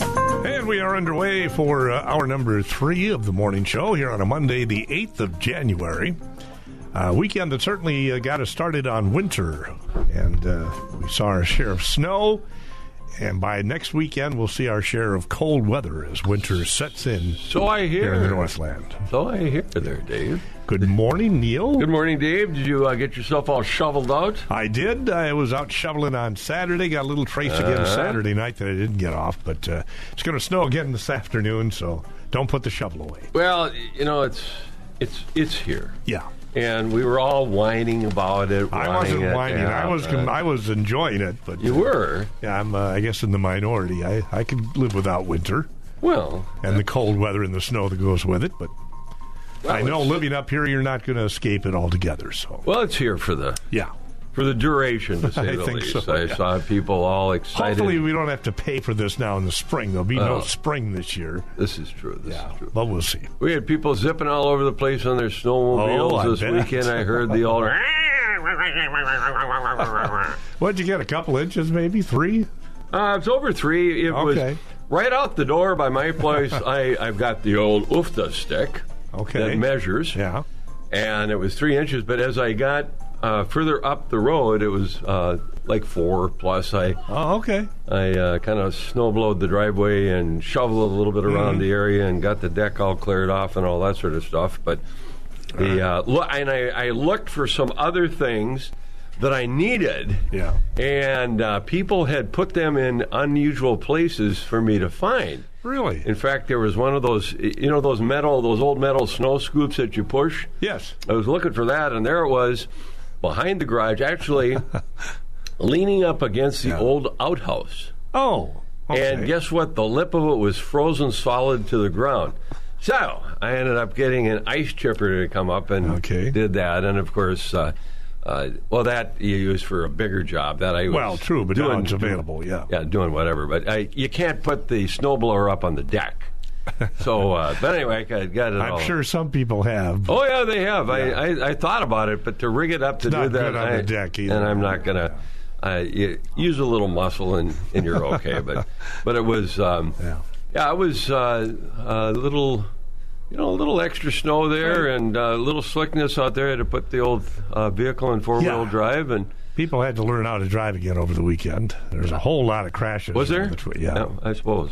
And we are underway for uh, hour number three of the morning show here on a Monday, the 8th of January. Uh, weekend that certainly uh, got us started on winter. And uh, we saw our share of snow. And by next weekend, we'll see our share of cold weather as winter sets in So I here in the hear. Northland. So I hear there, Dave. Good morning, Neil. Good morning, Dave. Did you uh, get yourself all shoveled out? I did. I was out shoveling on Saturday. Got a little trace again Uh-huh. Saturday night that I didn't get off, but uh, it's going to snow again this afternoon, so don't put the shovel away. Well, you know it's it's it's here, Yeah. and we were all whining about it. I wanting wasn't it, whining. and, I was uh, I was enjoying it, but you were. yeah, I'm uh, I guess in the minority. I I could live without winter Well, and the cold weather and the snow that goes with it, but I know it's- living up here, you're not going to escape it altogether. So Well, it's here for the yeah. for the duration, to say I the think least. so, I yeah. saw people all excited. Hopefully, we don't have to pay for this now in the spring. There'll be no Oh. spring this year, this is true. This is true. but we'll see. We had people zipping all over the place on their snowmobiles Oh, I this bet. weekend. I heard the all. What'd you get? A couple inches, maybe three. Uh, it's over three. It was Okay. right out the door by my place. I, I've got the old UFTA stick Okay. that measures, Yeah. and it was three inches. But as I got uh, further up the road, it was uh, like four plus. I Oh, okay. I uh, kind of snowblowed the driveway and shoveled a little bit around the area and got the deck all cleared off and all that sort of stuff. But the uh, lo- and I, I looked for some other things that I needed. Yeah. And uh, people had put them in unusual places for me to find. Really? In fact, there was one of those, you know, those metal, those old metal snow scoops that you push. Yes. I was looking for that, and there it was behind the garage, actually leaning up against the old outhouse. Oh. Okay. And guess what? The lip of it was frozen solid to the ground. So I ended up getting an ice chipper to come up and Okay. did that. And of course, uh, uh, well, that you use for a bigger job. That I was Well, true, but now doing, it's available. Yeah. yeah, doing whatever. But I, you can't put the snowblower up on the deck. So, uh, but anyway, I got it. all. I'm sure some people have. Oh yeah, they have. I, I I thought about it, but to rig it up to not do that, good on I, the deck either. and I'm not gonna. I you, use a little muscle and, and you're okay. but but it was um, Yeah. yeah, it was uh, a little you know a little extra snow there and uh, a little slickness out there. I had to put the old uh, vehicle in four wheel Yeah. drive and People had to learn how to drive again over the weekend. There's a whole lot of crashes. was there? on the tw- yeah. I suppose.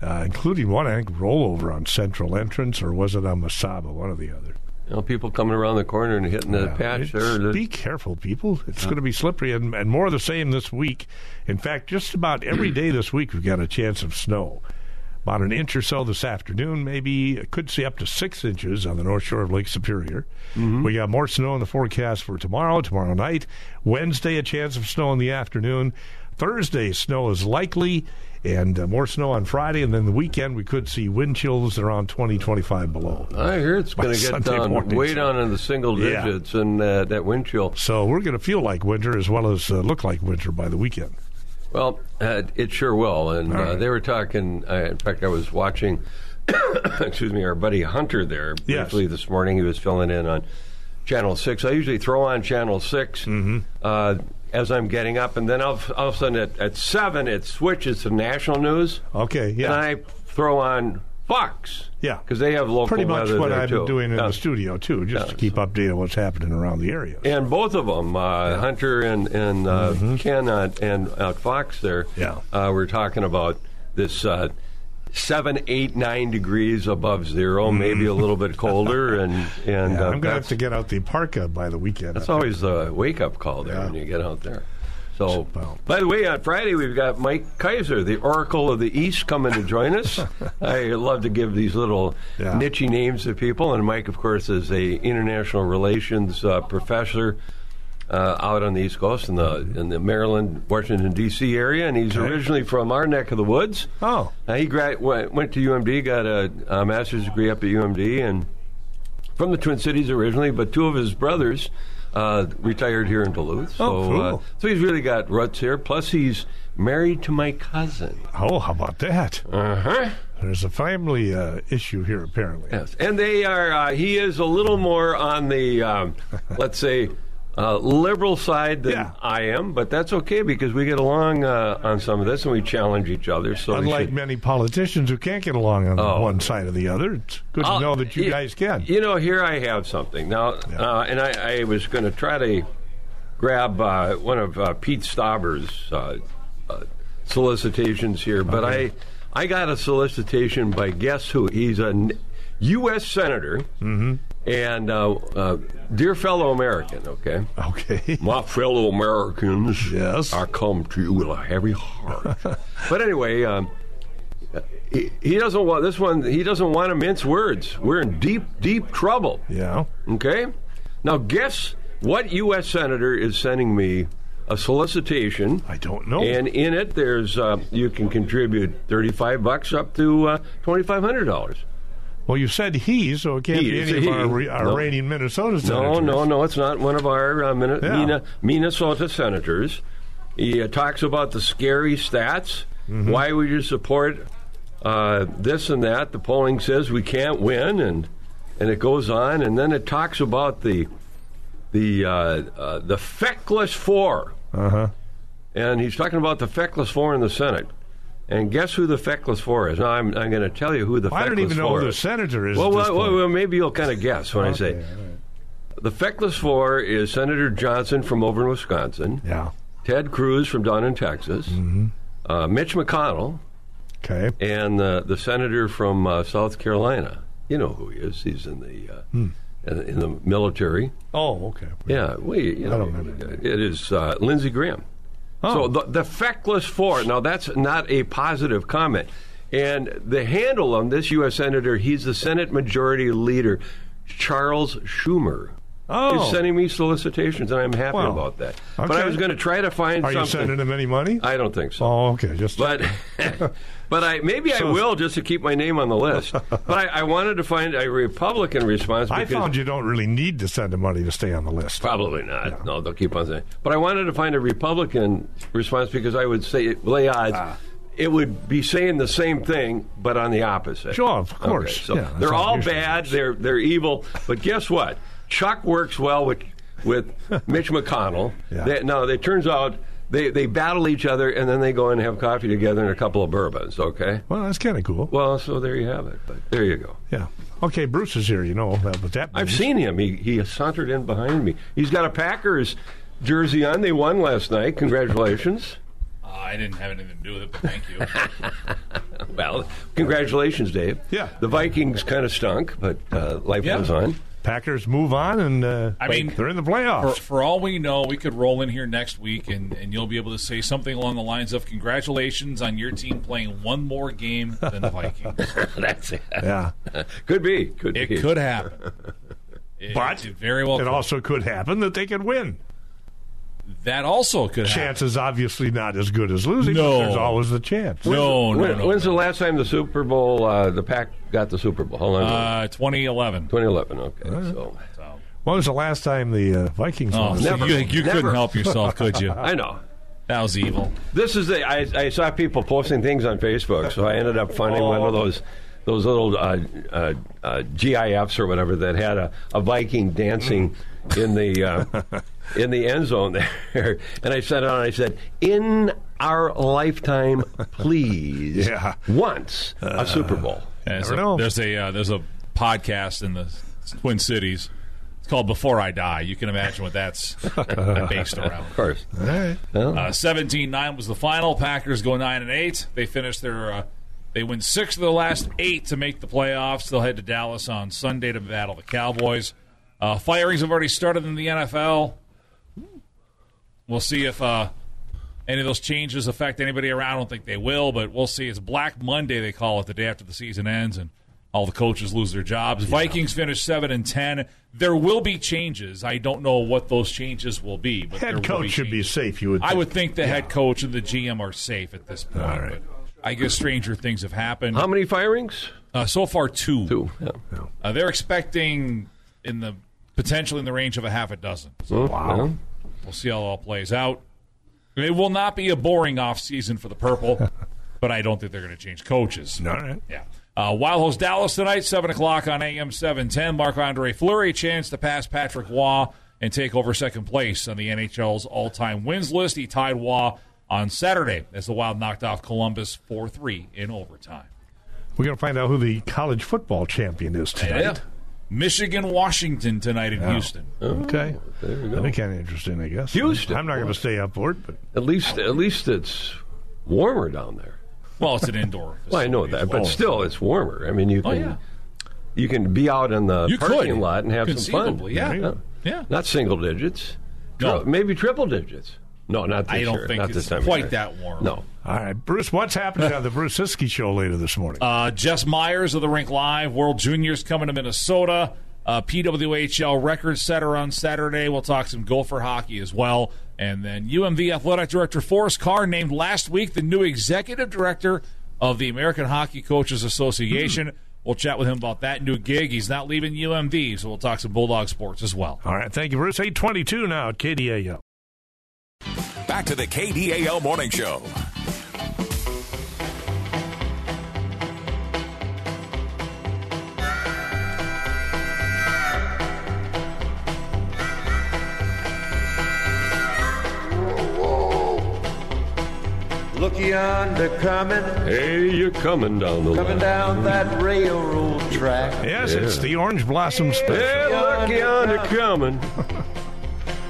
Uh, including one, I think, rollover on Central Entrance, or was it on Masaba? One or the other. You know, people coming around the corner and hitting the Yeah. patch It's- there. The- Be careful, people. It's going to be slippery and, and more of the same this week. In fact, just about every day this week, we've got a chance of snow. About an inch or so this afternoon, maybe could see up to six inches on the north shore of Lake Superior. Mm-hmm. We got more snow in the forecast for tomorrow, tomorrow night. Wednesday, a chance of snow in the afternoon. Thursday, snow is likely, and uh, more snow on Friday. And then the weekend, we could see wind chills around 20, 25 below. I hear it's going to get Sunday down morning, way so- down in the single Yeah. digits and uh, that wind chill. So we're going to feel like winter as well as uh, look like winter by the weekend. Well, uh, it sure will. And uh, right. they were talking. Uh, in fact, I was watching. excuse me, our buddy Hunter there Yes. briefly this morning. He was filling in on Channel Six. I usually throw on Channel 6 Mm-hmm. uh, as I'm getting up, and then all, of- all of a sudden at, at seven it switches to national news, Okay, Oh, yeah, and I throw on Fox. Yeah. because they have local pretty much weather what there, I've too. been doing in Yeah. the studio too, just to keep updated on what's happening around the area. And both of them, uh, Hunter and and uh, Ken uh, and uh, Fox, there, Mm-hmm. Yeah. uh, were talking about this uh, seven, eight, nine degrees above zero, maybe a little bit colder, and and Mm. Yeah, uh, I'm going to have that's, to get out the parka by the weekend. that's always the wake up call there when you get out there. So, Well. by the way, on Friday we've got Mike Kaiser, the Oracle of the East, coming to join us. I love to give these little Yeah. niche names to people, and Mike, of course, is a international relations uh, professor uh, out on the East Coast in the in the Maryland, Washington D.C. area, and he's originally from our neck of the woods. Oh. Uh, he gra- went, went to UMD, got a, a master's degree up at UMD, and from the Twin Cities originally, but two of his brothers uh, retired here in Duluth. So, Oh, uh, cool. so he's really got roots here. Plus, he's married to my cousin. Oh, how about that? Uh Uh-huh. huh. There's a family uh, issue here apparently. Yes, and they are. Uh, he is a little more on the, um, let's say, uh, liberal side than Yeah. I am, but that's okay because we get along uh, on some of this and we challenge each other. So we Unlike should- many politicians who can't get along on Oh. one side or the other, it's good to I'll- know that you y- guys can. You know, here I have something now, uh, and I, I was going to try to grab uh, one of uh, Pete Stauber's uh, uh, solicitations here, but I I got a solicitation by guess who? He's a n- U.S. senator Mm-hmm. and uh, uh, dear fellow American. Okay. Okay. My fellow Americans, Yes. I come to you with a heavy heart. but anyway, um, he, he doesn't want this one. He doesn't want to mince words. We're in deep, deep trouble. Yeah. Okay, now guess what U.S. senator is sending me a solicitation. I don't know. And in it, there's uh, you can contribute thirty-five bucks up to uh, twenty-five hundred dollars. Well, you said he, so it can't He be is any of he. our, re- our No. reigning Minnesota senators. No, no, no. It's not one of our uh, Minne- Yeah. Minne- Minnesota senators. He uh, talks about the scary stats. Mm-hmm. Why would you support uh, this and that? The polling says we can't win, and and it goes on, and then it talks about the the uh, uh, the feckless four. Uh huh. And he's talking about the feckless four in the Senate. And guess who the feckless four is? Now, I'm, I'm going to tell you who the I feckless don't even know four who the is. senator is. Well, at this well, well, point. well, maybe you'll kind of guess when I say. Okay, all The Feckless Four is Senator Johnson from over in Wisconsin, Yeah. Ted Cruz from down in Texas, Mm-hmm. uh, Mitch McConnell, Okay. and uh, the senator from uh, South Carolina. You know who he is. He's in the uh, Hmm. in, in the military. Oh, okay. Yeah, we. You know, don't remember. It is uh, Lindsey Graham. Oh. So the, the feckless four. Now that's not a positive comment. And the handle on this U.S. senator, he's the Senate Majority Leader, Charles Schumer. Oh. Is sending me solicitations, and I'm happy Wow. about that. But I Okay. was going to try to find Are you something. sending him any money? I don't think so. oh, okay. Just But but I maybe I will just to keep my name on the list. But I, I wanted to find a Republican response. I because- found you don't really need to send him money to stay on the list. Probably not. No, they'll keep on saying. But I wanted to find a Republican response because I would say lay odds. Ah. It would be saying the same thing, but on the opposite. Sure, of Okay, course. so Yeah, that's they're how it all usually bad. They're they're evil. But guess what? Chuck works well with with Mitch McConnell. Yeah. They, no, it turns out they they battle each other and then they go and have coffee together and a couple of bourbons. Okay. Well, that's kind of cool. Well, so there you have it. But there you go. Yeah. Okay, Bruce is here. You know that, but that I've means. seen him. He he sauntered in behind me. He's got a Packers jersey on. They won last night. Congratulations. Uh, I didn't have anything to do with it, but thank you. Well, congratulations, Dave. Yeah. The Vikings kind of stunk, but uh, life Yeah. goes on. Packers move on, and uh, I mean- they're in the for, playoffs. for all we know, we could roll in here next week, and, and you'll be able to say something along the lines of "Congratulations on your team playing one more game than the Vikings." That's it. yeah. Could be. Could it be. could happen. It, But it very well It could. also could happen that they could win. that also could happen. Chances obviously not as good as losing, No. but there's always the chance. No, no, When, no. when's the last time the Super Bowl, uh, the Pack got the Super Bowl? Hold on. uh, 2011. 2011. Okay. So So, When was the last time the uh, Vikings oh, lost? so Never. you, you Never. couldn't help yourself, could you? I know. That was evil. This is the. I, I saw people posting things on Facebook, so I ended up finding one of those those little uh, uh, uh, GIFs or whatever that had a, a Viking dancing in the uh, in the end zone there, and I sent it on. I said, "In our lifetime, please, Yeah. once a Super Bowl." And Never so know. There's a uh, there's a podcast in the Twin Cities. It's called Before I Die. You can imagine what that's based around. Of course, All right. Uh, 17-9 was the final. Packers go nine and eight. They finish their. Uh, they win six of the last eight to make the playoffs. They'll head to Dallas on Sunday to battle the Cowboys. Uh, firings have already started in the NFL. We'll see if uh, any of those changes affect anybody around. I don't think they will, but we'll see. It's Black Monday they call it the day after the season ends, and all the coaches lose their jobs. Vikings finish seven and ten. There will be changes. I don't know what those changes will be. But there will Head coach should be changes. safe, you would I think. would think the head coach and the GM are safe at this point. All right. but I guess stranger things have happened. how many firings? Uh, so far, two. Two. Yeah. Uh, they're expecting in the potentially in the range of a half a dozen. So Wow. we'll see how it all plays out. It will not be a boring offseason for the Purple, but I don't think they're going to change coaches. All right. Yeah. Uh, Wild Host Dallas tonight, 7 o'clock on AM 710. Marc Andre Fleury, chance to pass Patrick Waugh and take over second place on the NHL's all time wins list. He tied Waugh on Saturday as the Wild knocked off Columbus 4 3 in overtime. We're going to find out who the college football champion is Yeah. tonight. Michigan, Washington tonight in Houston. Okay. Oh, There we go. That'd be kind of interesting, I guess. Houston. I'm not going to stay up for it, but At least, at least it's warmer down there. Well, it's an indoor. Well, I know facility Oh. that, as but well. still, it's warmer. I mean, you Oh, can yeah. you can be out in the You parking could. lot and have some fun. Conceivably, yeah. Yeah. Yeah. Not single digits. No. Tri- maybe triple digits. No, not this I don't year. think not it's this time of quite year. that warm. No. all right. Bruce, what's happening on the Bruce Siski show later this morning? Uh, Jess Myers of the Rink Live. World Juniors coming to Minnesota. Uh, PWHL record setter on Saturday. We'll talk some Gopher hockey as well. And then UMV Athletic Director Forrest Carr named last week the new executive director of the American Hockey Coaches Association. We'll chat with him about that new gig. He's not leaving UMD, so we'll talk some Bulldog sports as well. all right. Thank you, Bruce. 822 now at KDAO. Back to the KDAL Morning Show. Look yonder coming, Hey, you're coming down the coming line. down that railroad track. Yes, Yeah. it's the Orange Blossom Special. Hey, look yonder coming.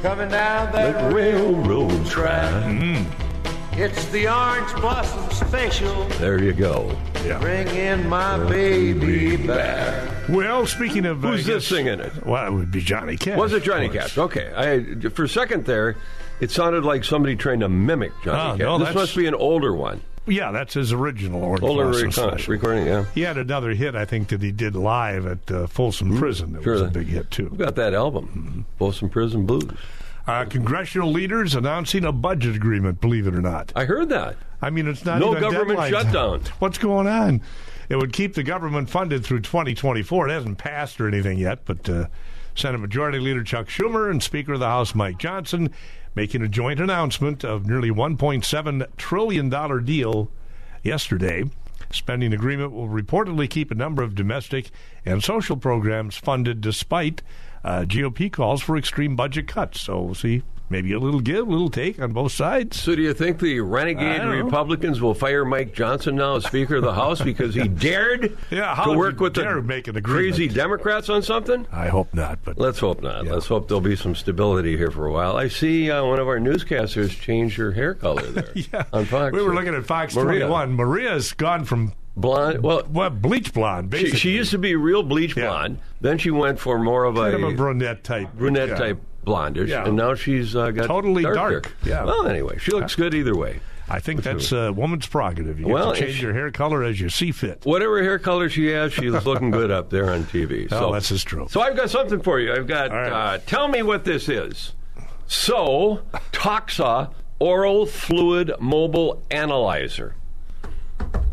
Coming down That that railroad track. It's the orange blossom special. There you go. Bring in my baby back. Well, speaking of. I Who's this guess- singing it? Well, it would be Johnny Cash. Was it of Johnny course. Cash? Okay. I for a second there, it sounded like somebody trying to mimic Johnny Oh, Cash. no, this that's- must be an older one. Yeah, that's his original Orange Older Blossom recon- Special. recording, yeah. He had another hit, I think, that he did live at uh, Folsom Prison. That was a Hmm. sure. big hit, too. Who got that album? Folsom Prison Blues. Uh, congressional leaders announcing a budget agreement, believe it or not. I heard that. I mean, it's not No even government deadline shutdown. time. What's going on? It would keep the government funded through 2024. It hasn't passed or anything yet, but uh, Senate Majority Leader Chuck Schumer and Speaker of the House Mike Johnson making a joint announcement of nearly 1.7 trillion dollar deal yesterday. Spending agreement will reportedly keep a number of domestic and social programs funded despite uh, GOP calls for extreme budget cuts. So we'll see. Maybe a little give, a little take on both sides. So do you think the I renegade don't know. Republicans will fire Mike Johnson now as Speaker of the House because he dared Yeah, how to would work you with dare the make an agreement? crazy Democrats on something? I hope not, but Let's hope not. Let's hope there'll be some stability here for a while. I see uh, one of our newscasters change her hair color there Yeah. on Fox. We were looking at Fox Maria. 21. Maria's gone from blonde. Well, well, bleach blonde, she, basically. she used to be real bleach Yeah. blonde. Then she went for more of kind a, of a brunette type. brunette Yeah. type blondish, Yeah. and now she's uh, got Totally dark dark. hair. Yeah. Well, anyway, she looks good either way. I think that's a woman's prerogative. You get Well, to if change she- your hair color as you see fit. Whatever hair color she has, she's looking good up there on TV. Oh, So that's just true. So I've got something for you. I've got. right. Uh, tell me what this is. So, Toxa oral fluid mobile analyzer.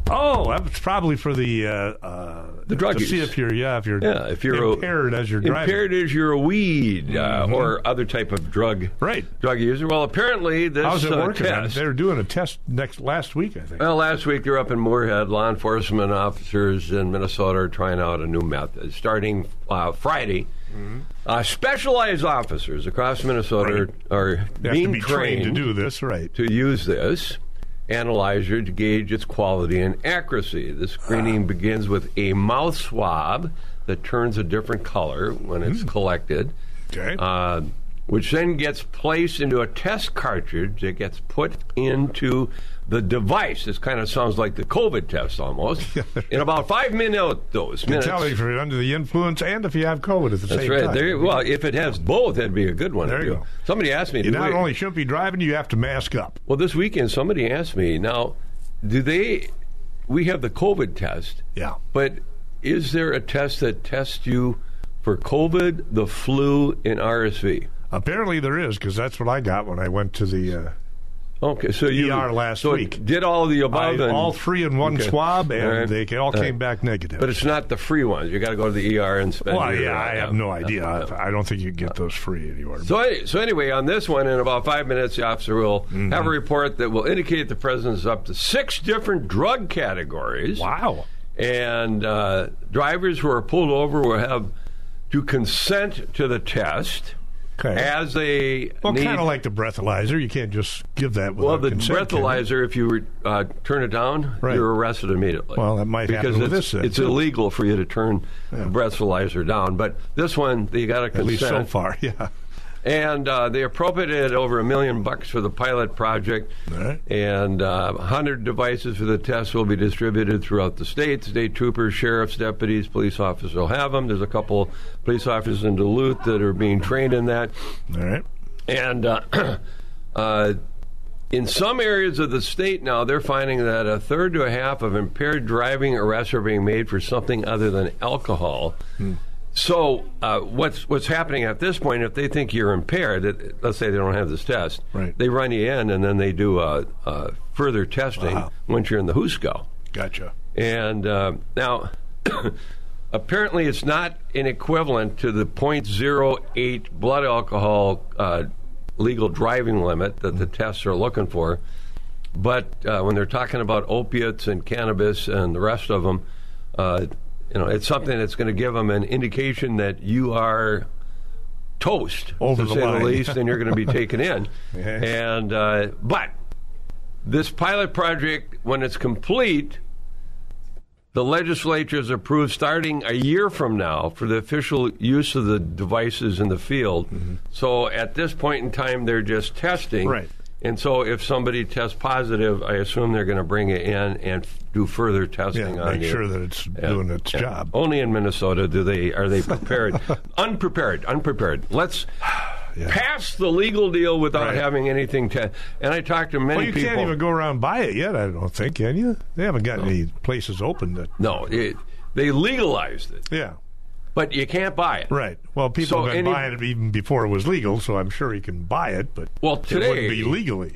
Oh, that's probably for the uh, uh, The drug to use. see if you're yeah if you're Yeah, if you're a- impaired as you're driving. Mm-hmm. Impaired is you're a weed uh, or other type of drug Right. drug user. Well, apparently this How's it uh, working? test. Uh, They're doing a test next last week, I think. Well, last week they're up in Moorhead. Law enforcement officers in Minnesota are trying out a new method. Starting uh, Friday, Mm-hmm. uh, specialized officers across Minnesota are, are they have being to be trained, to do this, right? to use this analyzer to gauge its quality and accuracy. The screening Ah. begins with a mouth swab that turns a different color when it's collected, Hmm. Okay. uh, which then gets placed into a test cartridge that gets put into the device. This kind of sounds like the COVID test almost. In about five minutes, those They're minutes. telling you if you're under the influence and if you have COVID at the That's same right. time. There, well, if it has both, that'd be a good one. There you too. go. Somebody asked me. you do not we- only shouldn't be driving, you have to mask up. Well, this weekend somebody asked me, now, do they we have the COVID test. Yeah. But is there a test that tests you for COVID, the flu, and RSV? Apparently there is because that's what I got when I went to the. Uh, Okay, so you ER last so week. Did all of the I- above and all three in one Okay. swab, and All right. they ca- all All came right. back negative. But it's not the free ones. You got to go to the ER and spend. well, your- yeah, I have no idea. yeah. I I don't think you can get those free anywhere. So, any- so anyway, on this one, in about five minutes, the officer will Mm-hmm. have a report that will indicate the presence of up to six different drug categories. wow. and uh, drivers who are pulled over will have to consent to the test. Okay. as they well, need kind of like the breathalyzer. You can't just give that. Well, without the consent, can you? breathalyzer, if you were, uh, turn it down, Right. you're arrested immediately. Well, that might happen because with it's, this, then, it's too. illegal for you to turn the breathalyzer down. But this one, you got to At consent. least so far, yeah. And uh, they appropriated over a million bucks for the pilot project, All right. and uh, 100 devices for the test will be distributed throughout the state. State troopers, sheriffs, deputies, police officers will have them. There's a couple police officers in Duluth that are being trained in that. All right. And uh, uh, in some areas of the state now, they're finding that a third to a half of impaired driving arrests are being made for something other than alcohol. Hmm. So uh, what's what's happening at this point? If they think you're impaired, it, let's say they don't have this test, Right. they run you in, and then they do uh, uh, further testing Wow. once you're in the Husko. Gotcha. And uh, now, apparently, it's not an equivalent to the 0.08 blood alcohol uh, legal driving limit that the tests are looking for. But uh, when they're talking about opiates and cannabis and the rest of them, uh, you know, it's something that's going to give them an indication that you are toast, Over to the say line. the least, and you're going to be taken in. And uh, but this pilot project, when it's complete, the legislature has approved starting a year from now for the official use of the devices in the field. So at this point in time, they're just testing. Mm-hmm. Right. And so if somebody tests positive, I assume they're going to bring it in and f- do further Yeah. testing on Make you. sure that it's Yeah. doing its Yeah. Oh, job. Only in Minnesota do they are they prepared. unprepared, unprepared. Let's pass the legal deal without Right. having anything to. And I talked to many Well, you people. can't even go around by it yet. I don't think, can you? They haven't got any places open that. No, it, they legalized it, Yeah. but you can't buy it. Right. Well, people So have been any- buying it even before it was legal, so I'm sure he can buy it, but Well, it wouldn't today be legally.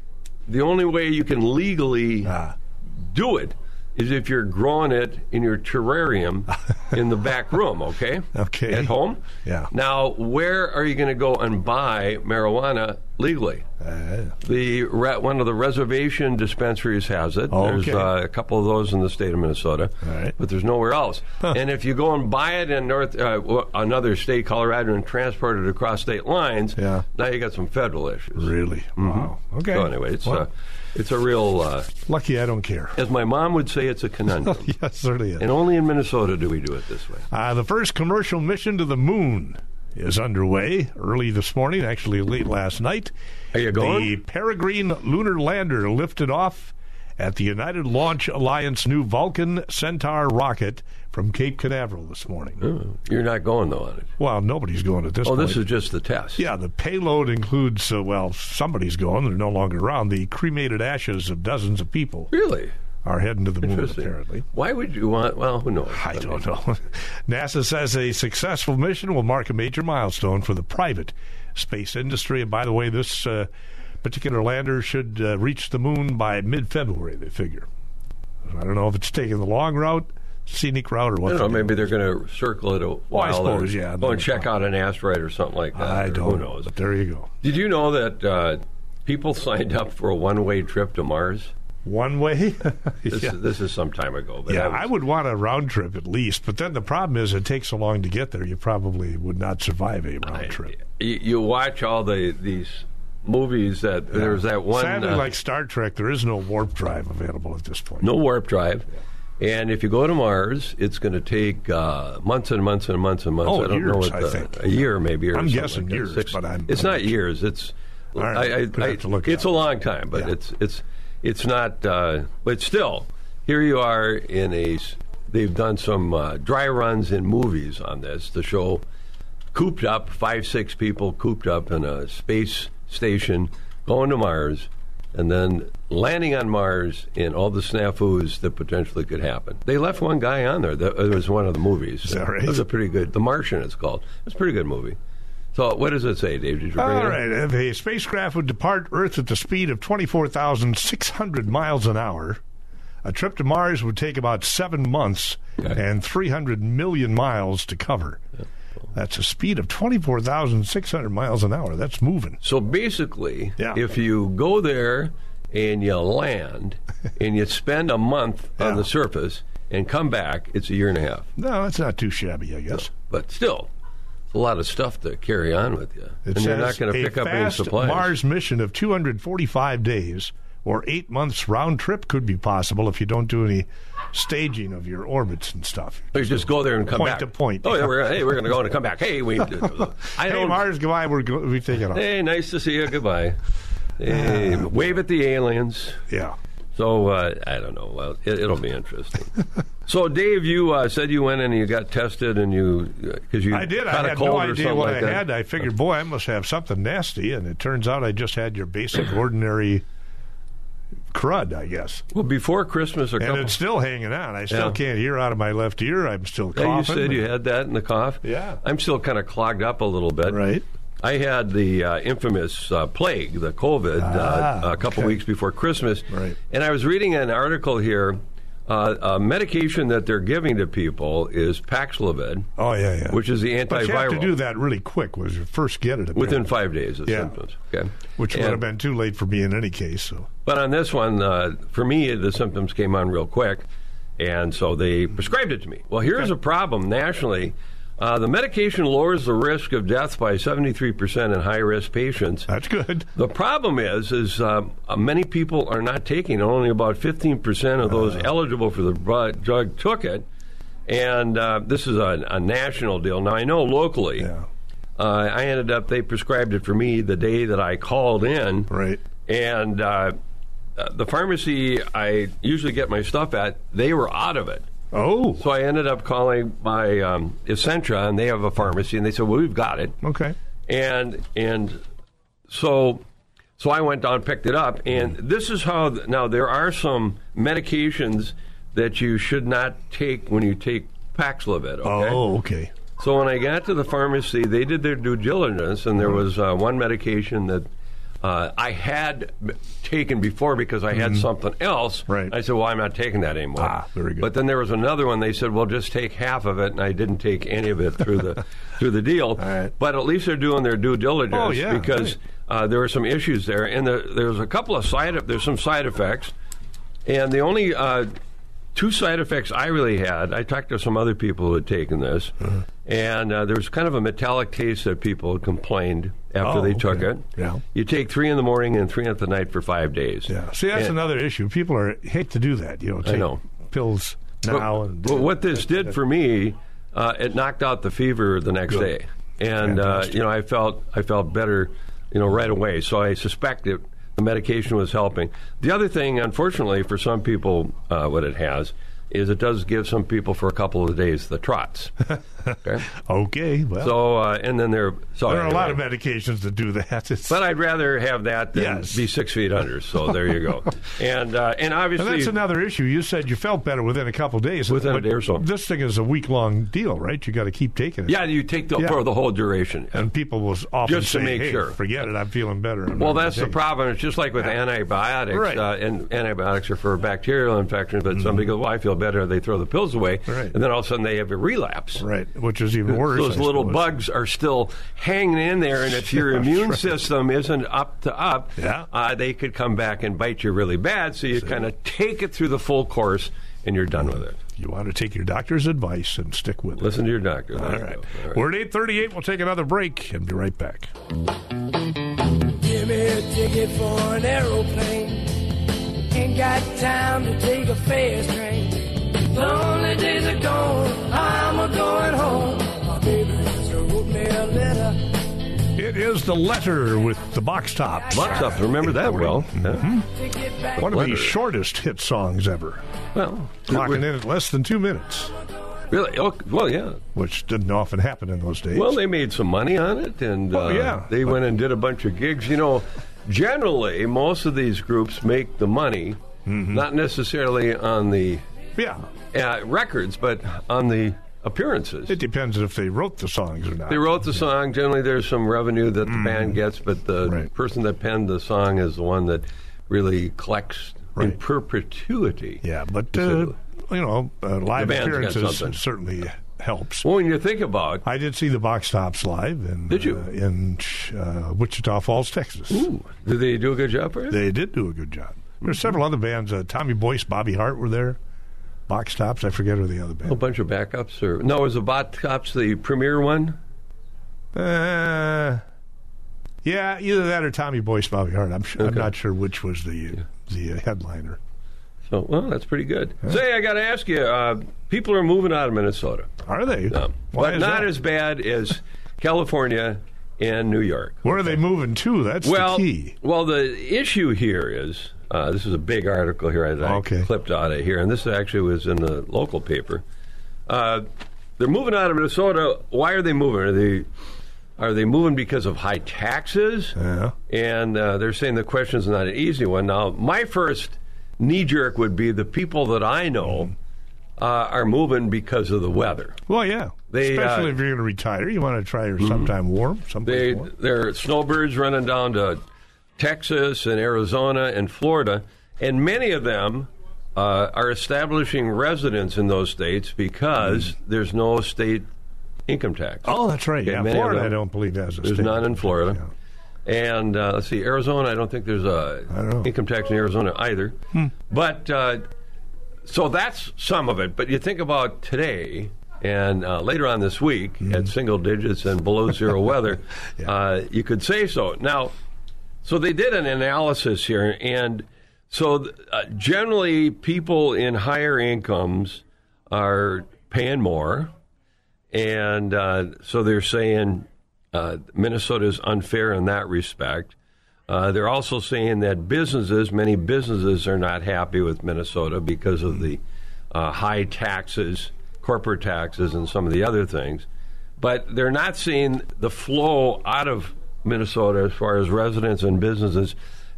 the only way you can legally Ah. do it is if you're growing it in your terrarium in the back room, okay? Okay. At home? Yeah. Now, where are you going to go and buy marijuana legally? Uh, The re- one of the reservation dispensaries has it. Oh, there's okay. uh, a couple of those in the state of Minnesota, All right. but there's nowhere else. And if you go and buy it in North uh, w- another state, Colorado, and transport it across state lines, Yeah. now you got some federal issues. really? Wow. Okay. So Mm-hmm. anyway, it's uh, Well, a it's a real, uh, lucky I don't care. as my mom would say, it's a conundrum. yes, certainly is. And only in Minnesota do we do it this way. Uh, the first commercial mission to the moon is underway early this morning, actually late last night. Are you The going? Peregrine Lunar Lander lifted off at the United Launch Alliance new Vulcan Centaur rocket from Cape Canaveral this morning. You're not going though on it. Well, nobody's going at this Oh, point. this is just the test. Yeah, the payload includes, uh, well, somebody's going, they're no longer around. The cremated ashes of dozens of people Really? are heading to the moon, Interesting. apparently. Why would you want? Well, who knows? I don't know. NASA says a successful mission will mark a major milestone for the private space industry. And by the way, this uh, particular lander should uh, reach the moon by mid February, they figure. I don't know if it's taking the long route, scenic route, or what. I don't know. the- Maybe they're going to circle it a while. I suppose, or yeah. Go and check out an asteroid or something like that. I or don't Who knows? But there you go. Did you know that uh, people signed up for a one-way trip to Mars? One way. This, yeah. this is some time ago. But Yeah, was- I would want a round trip at least, but then the problem is it takes so long to get there. You probably would not survive a round trip. You, you watch all the these movies that there's that one. Sadly, uh, like Star Trek, there is no warp drive available at this point. no warp drive. And if you go to Mars, it's going to take uh, months and months and months and months. Oh, I don't years, know what I the, think. a year maybe. Or I'm something guessing like that. years, Six- but I'm- it's I'm not not years. It's All right, I, I, gonna have to look it it's a up. long time, but Yeah. it's it's it's not. Uh, but still, here you are in a. s- They've done some uh, dry runs in movies on this to show cooped up five six people cooped up in a space station going to Mars. And then landing on Mars and all the snafus that potentially could happen. They left one guy on there. That it was one of the movies. that right? It was a pretty good. The Martian, it's called. It's a pretty good movie. So, what does it say, Dave? Did you bring it All up? right, if a spacecraft would depart Earth at the speed of 24,600 miles an hour, a trip to Mars would take about seven months and 300 million miles to cover. That's a speed of 24,600 miles an hour. That's moving. So basically, Yeah. if you go there and you land and you spend a month on Yeah. the surface and come back, it's a year and a half. No, that's not too shabby, I guess. But still, It's a lot of stuff to carry on with you, It and you're not says going to a pick up any fast supplies. Mars mission of 245 days or eight months round trip could be possible if you don't do any staging of your orbits and stuff. Or you just go there and come Point back to point. Oh yeah, we're, hey, we're going to go and come back. Hey, we. I don't. hey, Mars, goodbye. We're go- we take it off. Hey, nice to see you. Goodbye. Hey, wave at the aliens. Yeah. So uh, I don't know. Well, it, it'll be interesting. so Dave, you uh, said you went in and you got tested, and you because you I did. caught I a had cold no or idea something what like I that. Uh, had. I figured, boy, I must have something nasty, and it turns out I just had your basic, ordinary crud, I guess. Well, before Christmas, a And couple. it's still hanging on. I still Oh. Yeah. can't hear out of my left ear. I'm still Yeah, you coughing. said you had that in the cough. Yeah. I'm still kind of clogged up a little bit. Right. I had the uh, infamous uh, plague, the COVID, Ah, uh, a couple okay. weeks before Christmas. Right. And I was reading an article here. Uh, a medication that they're giving to people is Paxlovid, Oh, yeah, yeah. which is the But you have to antiviral. do that really quick. Was your first get it within apparently, five days of Yeah. symptoms. Okay. which would And- have been too late for me in any case. So But on this one, uh, for me, the symptoms came on real quick, and so they prescribed it to me. Well, here's a problem nationally. Uh, the medication lowers the risk of death by 73% in high risk patients. that's good. The problem is, is um, uh, many people are not taking. it. Only about fifteen percent of Uh. those eligible for the bru- drug took it, and uh, this is a, a national deal. Now I know locally, Yeah. uh, I ended up they prescribed it for me the day that I called in, Right. and uh, uh, the pharmacy I usually get my stuff at, they were out of it. Oh, So I ended up calling my um, Essentra, and they have a pharmacy, and they said, "Well, we've got it." okay. and and so so I went down and picked it up and this is how th- now there are some medications that you should not take when you take Paxlovid okay Oh, okay. so when I got to the pharmacy they did their due diligence and there was uh, one medication that uh, I had b- taken before because I had something else. Mm-hmm. Right. I said, "Well, I'm not taking that anymore." Ah, very good. But then there was another one. They said, "Well, just take half of it," and I didn't take any of it through the through the deal. right. But at least they're doing their due diligence Oh, yeah, because uh, there were some issues there, and there, there's a couple of side there's some side effects, and the only uh, two side effects I really had. I talked to some other people who had taken this, Uh-huh. and uh, there was kind of a metallic taste that people complained after Oh, they took okay. it. Yeah. you take three in the morning and three at the night for five days. Yeah. See, that's And- another issue. People are hate to do that. You know, take know. pills now and Well, what this did for me, uh, it knocked out the fever the next day, and uh, Fantastic. you know I felt I felt better, you know, right away. So I suspect it, the medication was helping. The other thing, unfortunately, for some people, uh, what it has is it does give some people for a couple of days the trots. Okay, okay. Well, so uh, and then there so there are a lot of anyway. medications that do that. It's, But I'd rather have that than Yes. be six feet under. So there you go. and uh, and and obviously that's another issue. You said you felt better within a couple days. Within a But day or so. This thing is a week long deal, right? You got to keep taking it. Yeah, you take the Yeah. for the whole duration. And people will often Just to say, make "Hey, sure." forget it. I'm feeling better." I'm Well, not that's the taking it. problem. It's just like with antibiotics, Right. Mm-hmm. uh, and antibiotics are for bacterial infections. But somebody goes, "Well, I feel better." They throw the pills away, Right. and then all of a sudden they have a relapse. Right, which is even worse. Those I little suppose. bugs are still hanging in there, and if your immune system isn't up to up, Yeah. uh, they could come back and bite you really bad. So you kind of take it through the full course, and you're done with it. You want to take your doctor's advice and stick with it. Listen to your doctor. There All you right. go. All right. We're at 838. We'll take another break and be right back. Give me a ticket for an aeroplane. Ain't got time to take a fast train. Lonely days are gone, I'm a going home. My baby just wrote me a letter. It is the letter with the box top. Lots of remember that well. Yeah. Mm-hmm. To get back, One of Letter. the shortest hit songs ever. Well, Clocking in at less than two minutes, really? Oh, well, yeah. which didn't often happen in those days. Well, they made some money on it, and Well, uh, Oh, yeah. they went and did a bunch of gigs. You know, generally, most of these groups make the money, Mm-hmm. not necessarily on the yeah. uh, records, but on the appearances. It depends if they wrote the songs or not. they wrote the song. Generally, there's some revenue that the band gets, but the Mm-hmm. Right. person that penned the song is the one that really collects in Right. perpetuity. Yeah, but, uh, So- you know, uh, live band's got appearances something. certainly helps. Well, when you think about I did see the box tops live in, Did you? uh, in uh, Wichita Falls, Texas. Ooh, did they do a good job for it? They did do a good job. There's several other bands. Uh, Tommy Boyce, Bobby Hart were there. Box Tops. I forget who the other band. a bunch of backups, or no? Was the Bot Cops the premier one? Uh, yeah, either that or Tommy Boyce, Bobby Hart. I'm sure, I'm Okay. not sure which was the the uh, headliner. So, well, that's pretty good. Say, I got to ask you, uh, people are moving out of Minnesota, Are they? um, Why but is not that? as bad as California and New York. Where are they moving to? That's Well, the key. well, the issue here is uh, this is a big article here that I Okay. clipped out of here, and this actually was in the local paper. Uh, they're moving out of Minnesota. Why are they moving? Are they are they moving because of high taxes? Yeah. And uh, they're saying the question's not an easy one. Now, my first knee jerk would be the people that I know uh, are moving because of the weather. Well, yeah. They, Especially uh, Mm-hmm. if you're going to retire, you want to try your sometime warm, someplace They warm. they're snowbirds running down to Texas and Arizona and Florida, and many of them uh, are establishing residence in those states because there's no state income tax. Oh, that's right. Okay, Yeah, many of Florida, them. I don't believe has a there's state. none in Florida. And uh, let's see, Arizona. I don't think there's a don't know. income tax in Arizona either. But uh, so that's some of it. But you think about today and uh, later on this week Hmm. at single digits and below zero weather, uh, you could say so. Now, so they did an analysis here, and so th- uh, generally people in higher incomes are paying more, and uh, so they're saying uh, Minnesota is unfair in that respect. Uh, they're also saying that businesses, many businesses, are not happy with Minnesota because of the uh, high taxes, corporate taxes, and some of the other things. But they're not seeing the flow out of Minnesota as far as residents and businesses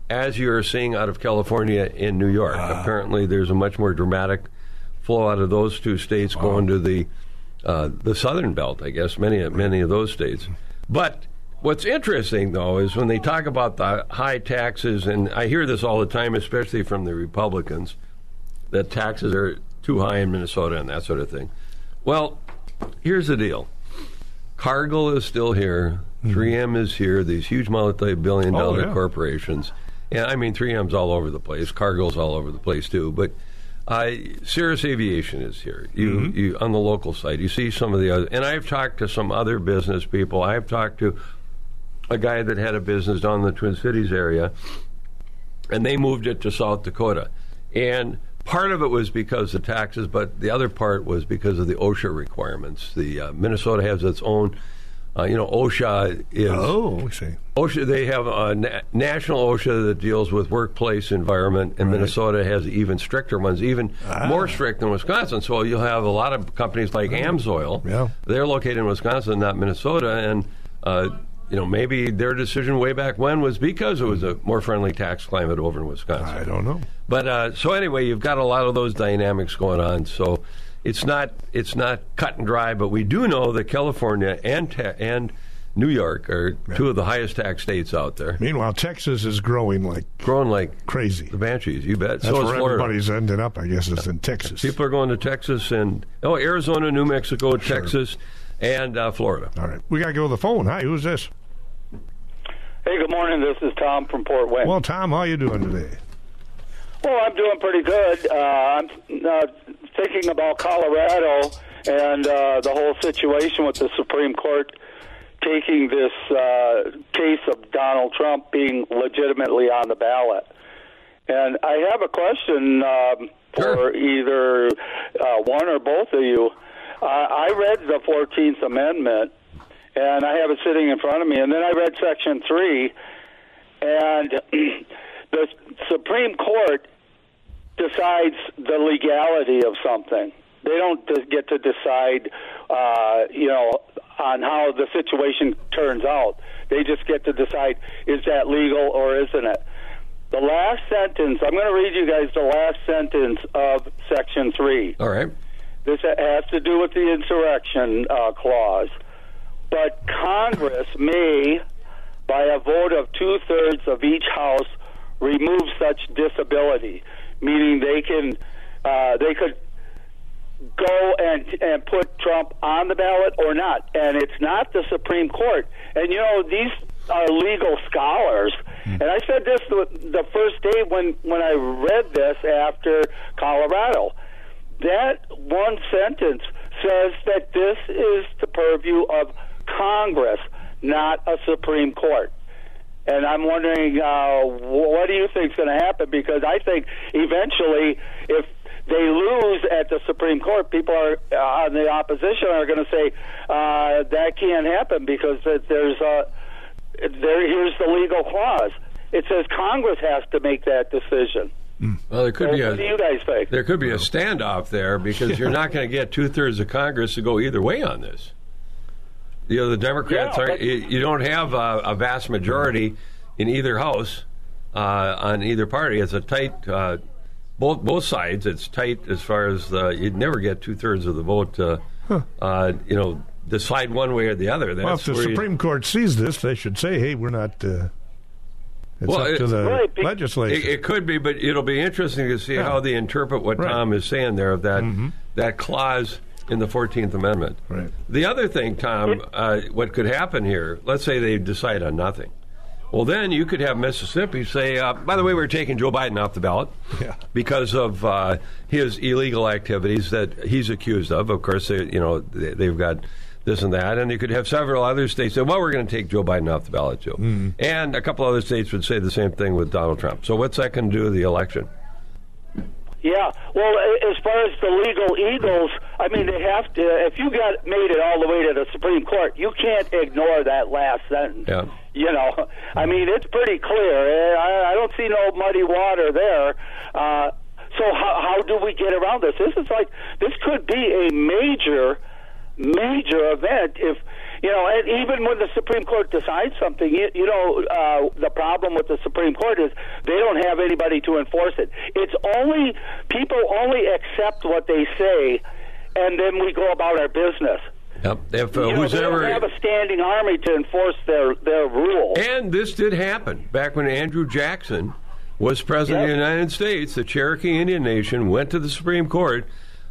as you're seeing out of California and New York. Apparently, there's a much more dramatic flow out of those two states going to the uh, the southern belt, I guess, many many of those states. But what's interesting though is when they talk about the high taxes, and I hear this all the time, especially from the Republicans, that taxes are too high in Minnesota and that sort of thing. Well, here's the deal: Cargill is still here, 3M is here, these huge multi-billion Hmm. Oh, dollar yeah. corporations, and I mean 3M's all over the place, Cargill's all over the place too, but. Uh, Cirrus Aviation is here. You, Mm-hmm. you on the local side. You see some of the other, and I've talked to some other business people. I've talked to a guy that had a business down in the Twin Cities area, and they moved it to South Dakota. And part of it was because of taxes, but the other part was because of the OSHA requirements. The uh, Minnesota has its own, uh, you know, OSHA is Oh, we see. OSHA. They have a na- national OSHA that deals with workplace environment, and Minnesota has even stricter ones, even more strict than Wisconsin. So you'll have a lot of companies like Amsoil. Yeah. They're located in Wisconsin, not Minnesota, and. Uh, you know, maybe their decision way back when was because it was a more friendly tax climate over in Wisconsin. I don't know. But uh, so anyway, you've got a lot of those dynamics going on. So it's not it's not cut and dry. But we do know that California and ta- and New York are two of the highest tax states out there, Meanwhile, Texas is growing like growing like crazy. the banshees. You bet. That's so is where Florida. everybody's ending up, I guess, is in Texas. People are going to Texas and oh, Arizona, New Mexico, Texas, and uh, Florida. All right. We got to go to the phone. Hi, who's this? Hey, good morning. This is Tom from Port Wayne. Well, Well, Tom, how you doing today? I'm doing pretty good. Uh, I'm uh, thinking about Colorado and uh, the whole situation with the Supreme Court taking this uh, case of Donald Trump being legitimately on the ballot. And I have a question um, for either uh, one or both of you. Uh, I read the 14th Amendment, and I have it sitting in front of me, and then I read Section 3, and the Supreme Court decides the legality of something. They don't de- get to decide, uh, you know, on how the situation turns out. They just get to decide is that legal or isn't it. The last sentence, I'm going to read you guys the last sentence of Section 3 All right. this has to do with the insurrection uh, clause. But Congress may, by a vote of two thirds of each house, remove such disability, meaning they can uh, they could go and and put Trump on the ballot or not, and it's not the Supreme Court. And you know these are legal scholars, and I said this the, the first day when when I read this after Colorado. That one sentence says that this is the purview of Congress, not a Supreme Court. And I'm wondering, uh, wh- what do you think's going to happen? Because I think eventually, if they lose at the Supreme Court, people are uh, on the opposition are going to say uh, that can't happen because that there's a there. Here's the legal clause. It says Congress has to make that decision. Well, there could be what do a you guys think? there could be a standoff there because you're not going to get two thirds of Congress to go either way on this. You know, the Democrats Yeah, are but- you you don't have a, a vast majority in either house uh, on either party. It's a tight uh, both both sides. It's tight as far as the you'd never get two thirds of the vote. To, uh, you know, decide one way or the other. That's Well, if the where you- Supreme Court sees this, they should say, "Hey, we're not." Uh, it's Well, up it- to the Right, be- legislature. It, it could be, but it'll be interesting to see how they interpret what Right. Mm-hmm. Tom is saying there of that that clause in the Fourteenth Amendment. Right. The other thing, Tom, uh, what could happen here? Let's say they decide on nothing. Well, then you could have Mississippi say, uh, "By the way, we're taking Joe Biden off the ballot Yeah. because of uh, his illegal activities that he's accused of." Of course, they, you know they, they've got this and that, and you could have several other states say, "Well, we're going to take Joe Biden off the ballot too," and a couple other states would say the same thing with Donald Trump. So, what's that going to do to the election? Yeah. Well, a- as far as the legal eagles, I mean, they have to. If you got made it all the way to the Supreme Court, you can't ignore that last sentence. Yeah. You know, I mean, it's pretty clear. Eh, I, I don't see no muddy water there. Uh, so how how do we get around this? This is like this could be a major, major event if. You know, and even when the Supreme Court decides something, you, you know, uh, the problem with the Supreme Court is they don't have anybody to enforce it. It's only people only accept what they say, and then we go about our business. Yep. If uh, you know, who's they ever don't have a standing army to enforce their their rule. And this did happen back when Andrew Jackson was president of the Yes. United States. The Cherokee Indian Nation went to the Supreme Court.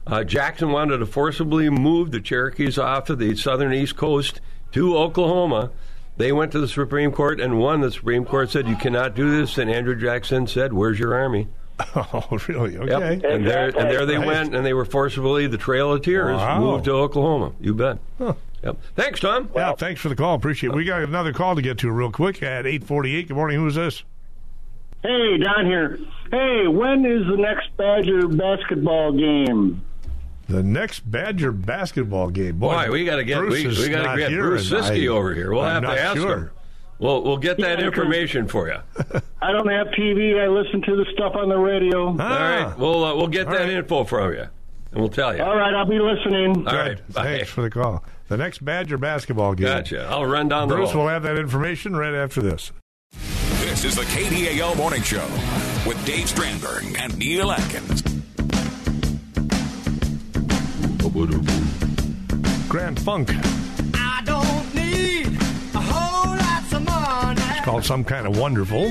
Uh, Jackson wanted to forcibly move the Cherokees off of the southern east coast to Oklahoma. They went to the Supreme Court and won. The Supreme Court said, You cannot do this. And Andrew Jackson said, Where's your army? oh, really? Yep. Okay. And, there, and there they Right. went, and they were forcibly, the Trail of Tears, Wow. moved to Oklahoma. You bet. Yep. Thanks, Tom. Yeah, thanks for the call. Appreciate it. We got another call to get to real quick at 848. Good morning. Who's this? Hey, Don here. Hey, when is the next Badger basketball game? The next Badger basketball game. Boy, Boy, we got to get Bruce we, is we got not to get here, Bruce and Siski I- over here. We'll I'm have not to ask sure. him. We'll we'll get that Yeah, because- information for you. I don't have TV. I listen to the stuff on the radio. Ah, All right, we'll uh, we'll get that right. info from you, and we'll tell you. All right, I'll be listening. All good. right, bye. Thanks for the call. The next Badger basketball game. Gotcha. I'll run down Bruce the will road. have that information right after this. This is the KDAL Morning Show with Dave Strandberg and Neil Atkins. Grand Funk I don't need a whole lot of money. called Some Kind of Wonderful.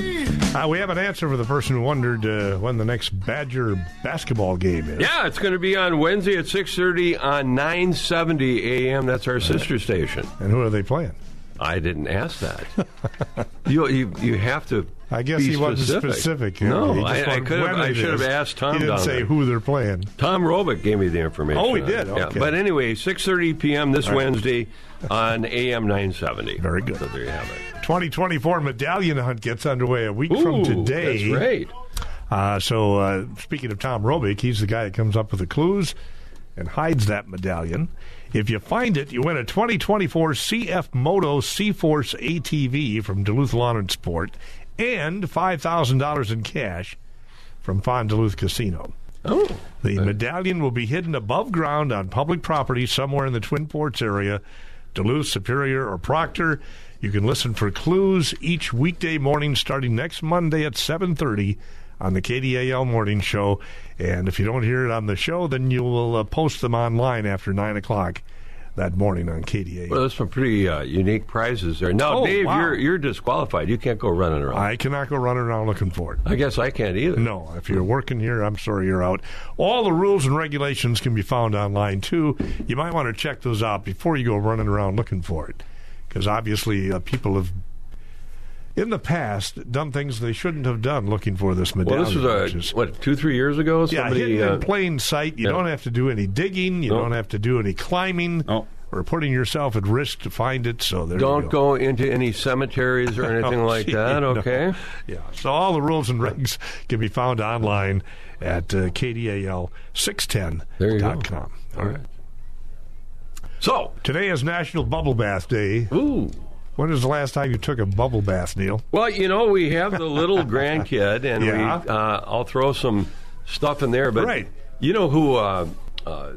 Uh, we have an answer for the person who wondered uh, when the next Badger basketball game is. Yeah, it's going to be on Wednesday at six thirty on nine seventy a.m. That's our sister station. And who are they playing? I didn't ask that. you, you you have to. I guess be he wasn't specific. specific. here. No, He just I, I wanted could have. when I it should have is. asked Tom. He didn't down say there. who they're playing. Tom Robick gave me the information. Oh, he on did? it. Yeah. Okay. But anyway, 6.30 p.m. this Wednesday on AM 970. Very good. So there you have it. 2024 medallion hunt gets underway a week from Ooh, today. That's right. Uh, so, uh, speaking of Tom Robick, he's the guy that comes up with the clues and hides that medallion. If you find it, you win a 2024 CF Moto Sea Force ATV from Duluth Lawn and Sport and $5,000 in cash from Fond Duluth Casino. Oh, The medallion will be hidden above ground on public property somewhere in the Twin Ports area, Duluth, Superior, or Proctor. You can listen for clues each weekday morning starting next Monday at 7:30 on the KDAL Morning Show. And if you don't hear it on the show, then you will uh, post them online after nine o'clock that morning on KDAL. well, there's some pretty uh, unique prizes there. Now, Oh, Dave, wow. you're you're disqualified. You can't go running around. I cannot go running around looking for it. I guess I can't either. No, if you're working here, I'm sorry you're out. All the rules and regulations can be found online too. You might want to check those out before you go running around looking for it, because obviously uh, people have, in the past, done things they shouldn't have done looking for this medallion. Well, this which was a is- what two three years ago. yeah, Somebody, hidden uh, in plain sight. You yeah. don't have to do any digging. You No. don't have to do any climbing. No. or putting yourself at risk to find it. So there Don't you go. go into any cemeteries or anything Oh, like gee, that, no. okay? Yeah. So all the rules and regs can be found online at uh, KDAL610.com. There you go. All right. So, Today is National Bubble Bath Day. ooh. When was the last time you took a bubble bath, Neil? Well, you know, we have the little grandkid, and Yeah. we, uh, I'll throw some stuff in there. But Right. you know who? Uh, uh,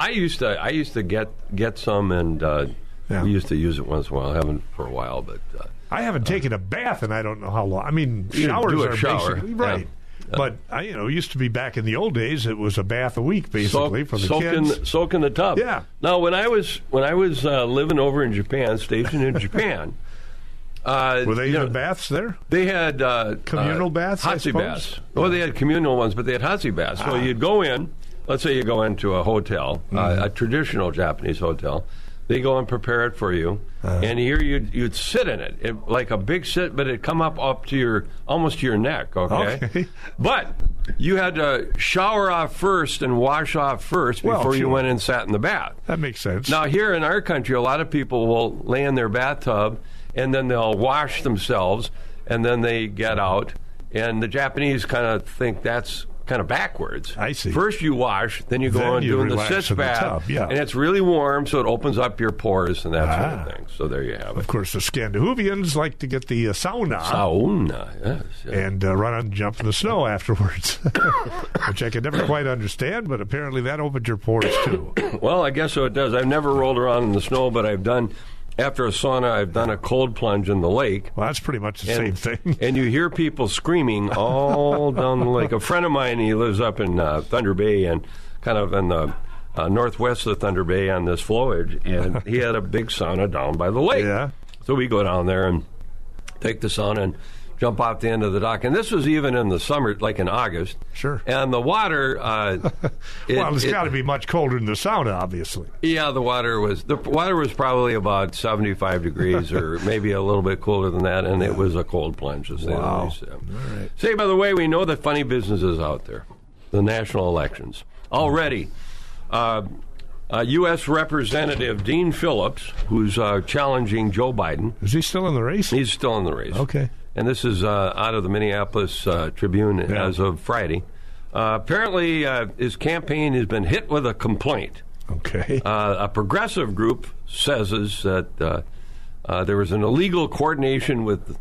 I used to. I used to get get some, and uh, Yeah. we used to use it once in a while. I haven't for a while, but uh, I haven't taken a bath and I don't know how long. I mean, You showers do a are shower, basically yeah. right. But I, you know, used to be back in the old days. It was a bath a week, basically, soak, for the soak kids. in soak in the tub. Yeah. Now, when I was when I was uh, living over in Japan, stationed in Japan, uh, Were they you know, using baths there? They had uh, Communal uh, baths, I Hatsi suppose? Ah. baths. Well, they had communal ones, but they had hatsi baths. So you'd go in. Let's say you go into a hotel, Mm-hmm. uh, a traditional Japanese hotel. They go and prepare it for you, Ah. and here you'd you'd sit in it, it like a big sit, but it'd come up up to your almost to your neck. Okay, Okay. but you had to shower off first and wash off first Well, before you sure. went and sat in the bath. That makes sense. Now, here in our country, a lot of people will lay in their bathtub and then they'll wash themselves and then they get out. And the Japanese kind of think that's kind of backwards. I see. First you wash, then you go Then on you doing the relax sitz in the bath. tub, yeah. And it's really warm, so it opens up your pores and that Ah. sort of thing. So there you have of it. course, the Scandinavians like to get the uh, sauna Sauna, yes. yes. and uh, run out and jump in the snow afterwards, which I could never quite understand. But apparently, that opened your pores too. Well, I guess so it does. I've never rolled around in the snow, but I've done, after a sauna, I've done a cold plunge in the lake. Well, that's pretty much the and, same thing. and you hear people screaming all down the lake. A friend of mine, he lives up in uh, Thunder Bay and kind of in the uh, northwest of Thunder Bay on this flowage, and he had a big sauna down by the lake. Yeah. So we go down there and take the sauna and jump off the end of the dock. And this was even in the summer, like in August. Sure. And the water. Uh, it- well, it's it- got to be much colder in the sauna, obviously. yeah, the water was the water was probably about seventy five degrees, or maybe a little bit cooler than that, and it was a cold plunge. To say Wow. The least. All right. Say, by the way, we know that funny business is out there. The national elections already. Uh, uh, U.S. Representative Dean Phillips, who's uh, challenging Joe Biden, Is he still in the race? he's still in the race. Okay. And this is uh, out of the Minneapolis uh, Tribune Yeah. as of Friday. Uh, apparently, uh, his campaign has been hit with a complaint Okay. uh, a progressive group says is that uh, uh, there was an illegal coordination with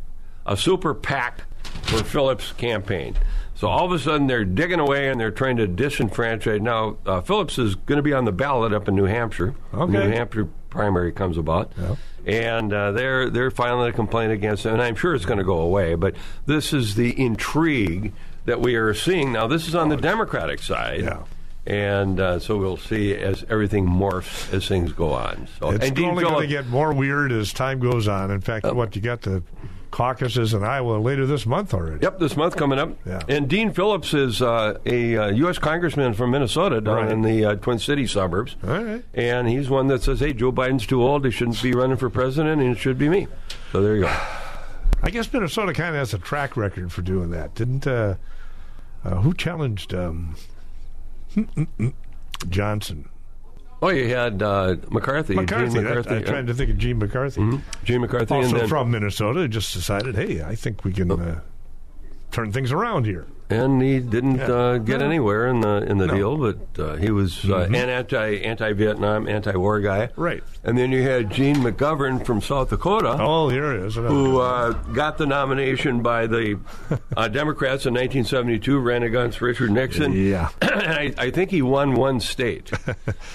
a super PAC for Phillips' campaign. So all of a sudden they're digging away and they're trying to disenfranchise. Now uh, Phillips is going to be on the ballot up in New Hampshire. Okay. New Hampshire primary comes about, and uh, they're they're filing a complaint against him. And I'm sure it's going to go away. But this is the intrigue that we are seeing now. This is on the Democratic side. Oh, Yeah. And uh, so we'll see as everything morphs as things go on. So It's and Dean only going to Phillips- get more weird as time goes on. In Oh. fact, what you got the caucuses in Iowa later this month already. Yep, this month coming up. Yeah. And Dean Phillips is uh, a uh, U.S. congressman from Minnesota down Right. in the uh, Twin City suburbs. All right. And he's one that says, hey, Joe Biden's too old. He shouldn't be running for president, and it should be me. So there you go. I guess Minnesota kind of has a track record for doing that, didn't? Uh, uh, who challenged um, Johnson? Oh, you had uh, McCarthy. McCarthy. Gene that- McCarthy. I'm yeah. trying to think of Gene McCarthy, Gene McCarthy. and also then- Oh. from Minnesota, who just decided, hey, I think we can uh, turn things around here. and he didn't Yeah. uh, get No. anywhere in the in the No. deal. But uh, he was uh, an anti anti Vietnam, anti war guy. Right. And then you had Gene McGovern from South Dakota, Oh, here it is. another who one. uh, got the nomination by the uh, Democrats in 1972, ran against Richard Nixon. Yeah. and I, I think he won one state,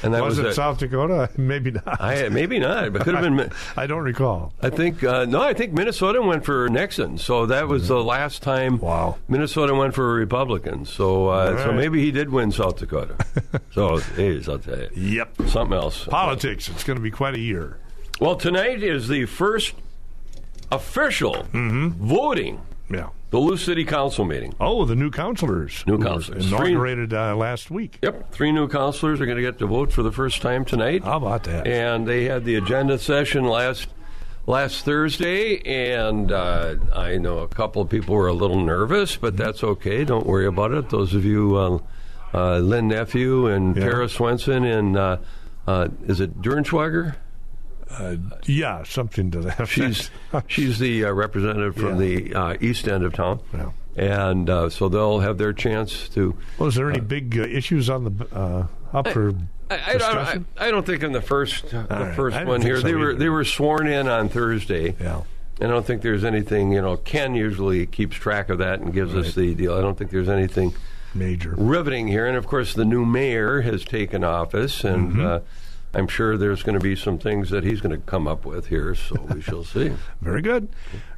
and that was, was, it it. South Dakota? Maybe not. I, maybe not, but could have been. Mi- I don't recall. I think uh, no. I think Minnesota went for Nixon, so that was the last time. Wow. Minnesota went for a Republican, so uh, so right. maybe he did win South Dakota. so geez, I'll tell you, Yep. something else. Politics. It's going to be quite a year. Well, tonight is the first official Mm-hmm. voting Yeah. the Lou City Council meeting. Oh, the new counselors. who New were counselors. Inaugurated uh, last week. Yep, three new counselors are going to get to vote for the first time tonight. How about that? and they had the agenda session last last Thursday, and uh, I know a couple of people were a little nervous, but that's okay. Don't worry about it. Those of you, uh, uh, Lynn Nephew and Yeah. Tara Swenson and uh, Uh, is it Dernschwager? Yeah, something to that. effect. She's she's the uh, representative from Yeah. the uh, east end of town, Yeah. and uh, so they'll have their chance to. well, is there any big uh, issues on the uh, up for I, I, don't, I, discussion? I don't think I'm the first the right. I first didn't one think here. so they were either. they were sworn in on Thursday. Yeah. I don't think there's anything, you know, Ken usually keeps track of that and gives us the deal. I don't think there's anything Major. riveting here. And of course, the new mayor has taken office, and uh, I'm sure there's going to be some things that he's going to come up with here, so we shall see. Very good.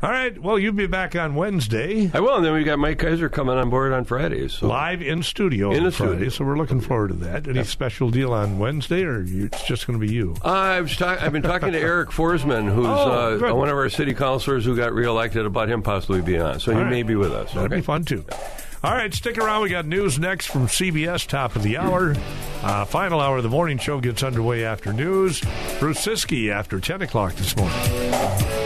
All right. Well, you'll be back on Wednesday, I will, and then we've got Mike Kaiser coming on board on Friday. So live in studio In on the Friday. studio. So we're looking forward to that. Any special deal on Wednesday, or you, it's just going to be you? I've, sta- I've been talking to Eric Forsman, who's Oh, uh, good. one of our city councilors who got reelected, about him possibly being on. So he right. may be with us. That'd be fun too. All right, stick around. We got news next from CBS. Top of the hour, uh, final hour of the morning show gets underway after news. Bruce Siski after ten o'clock this morning.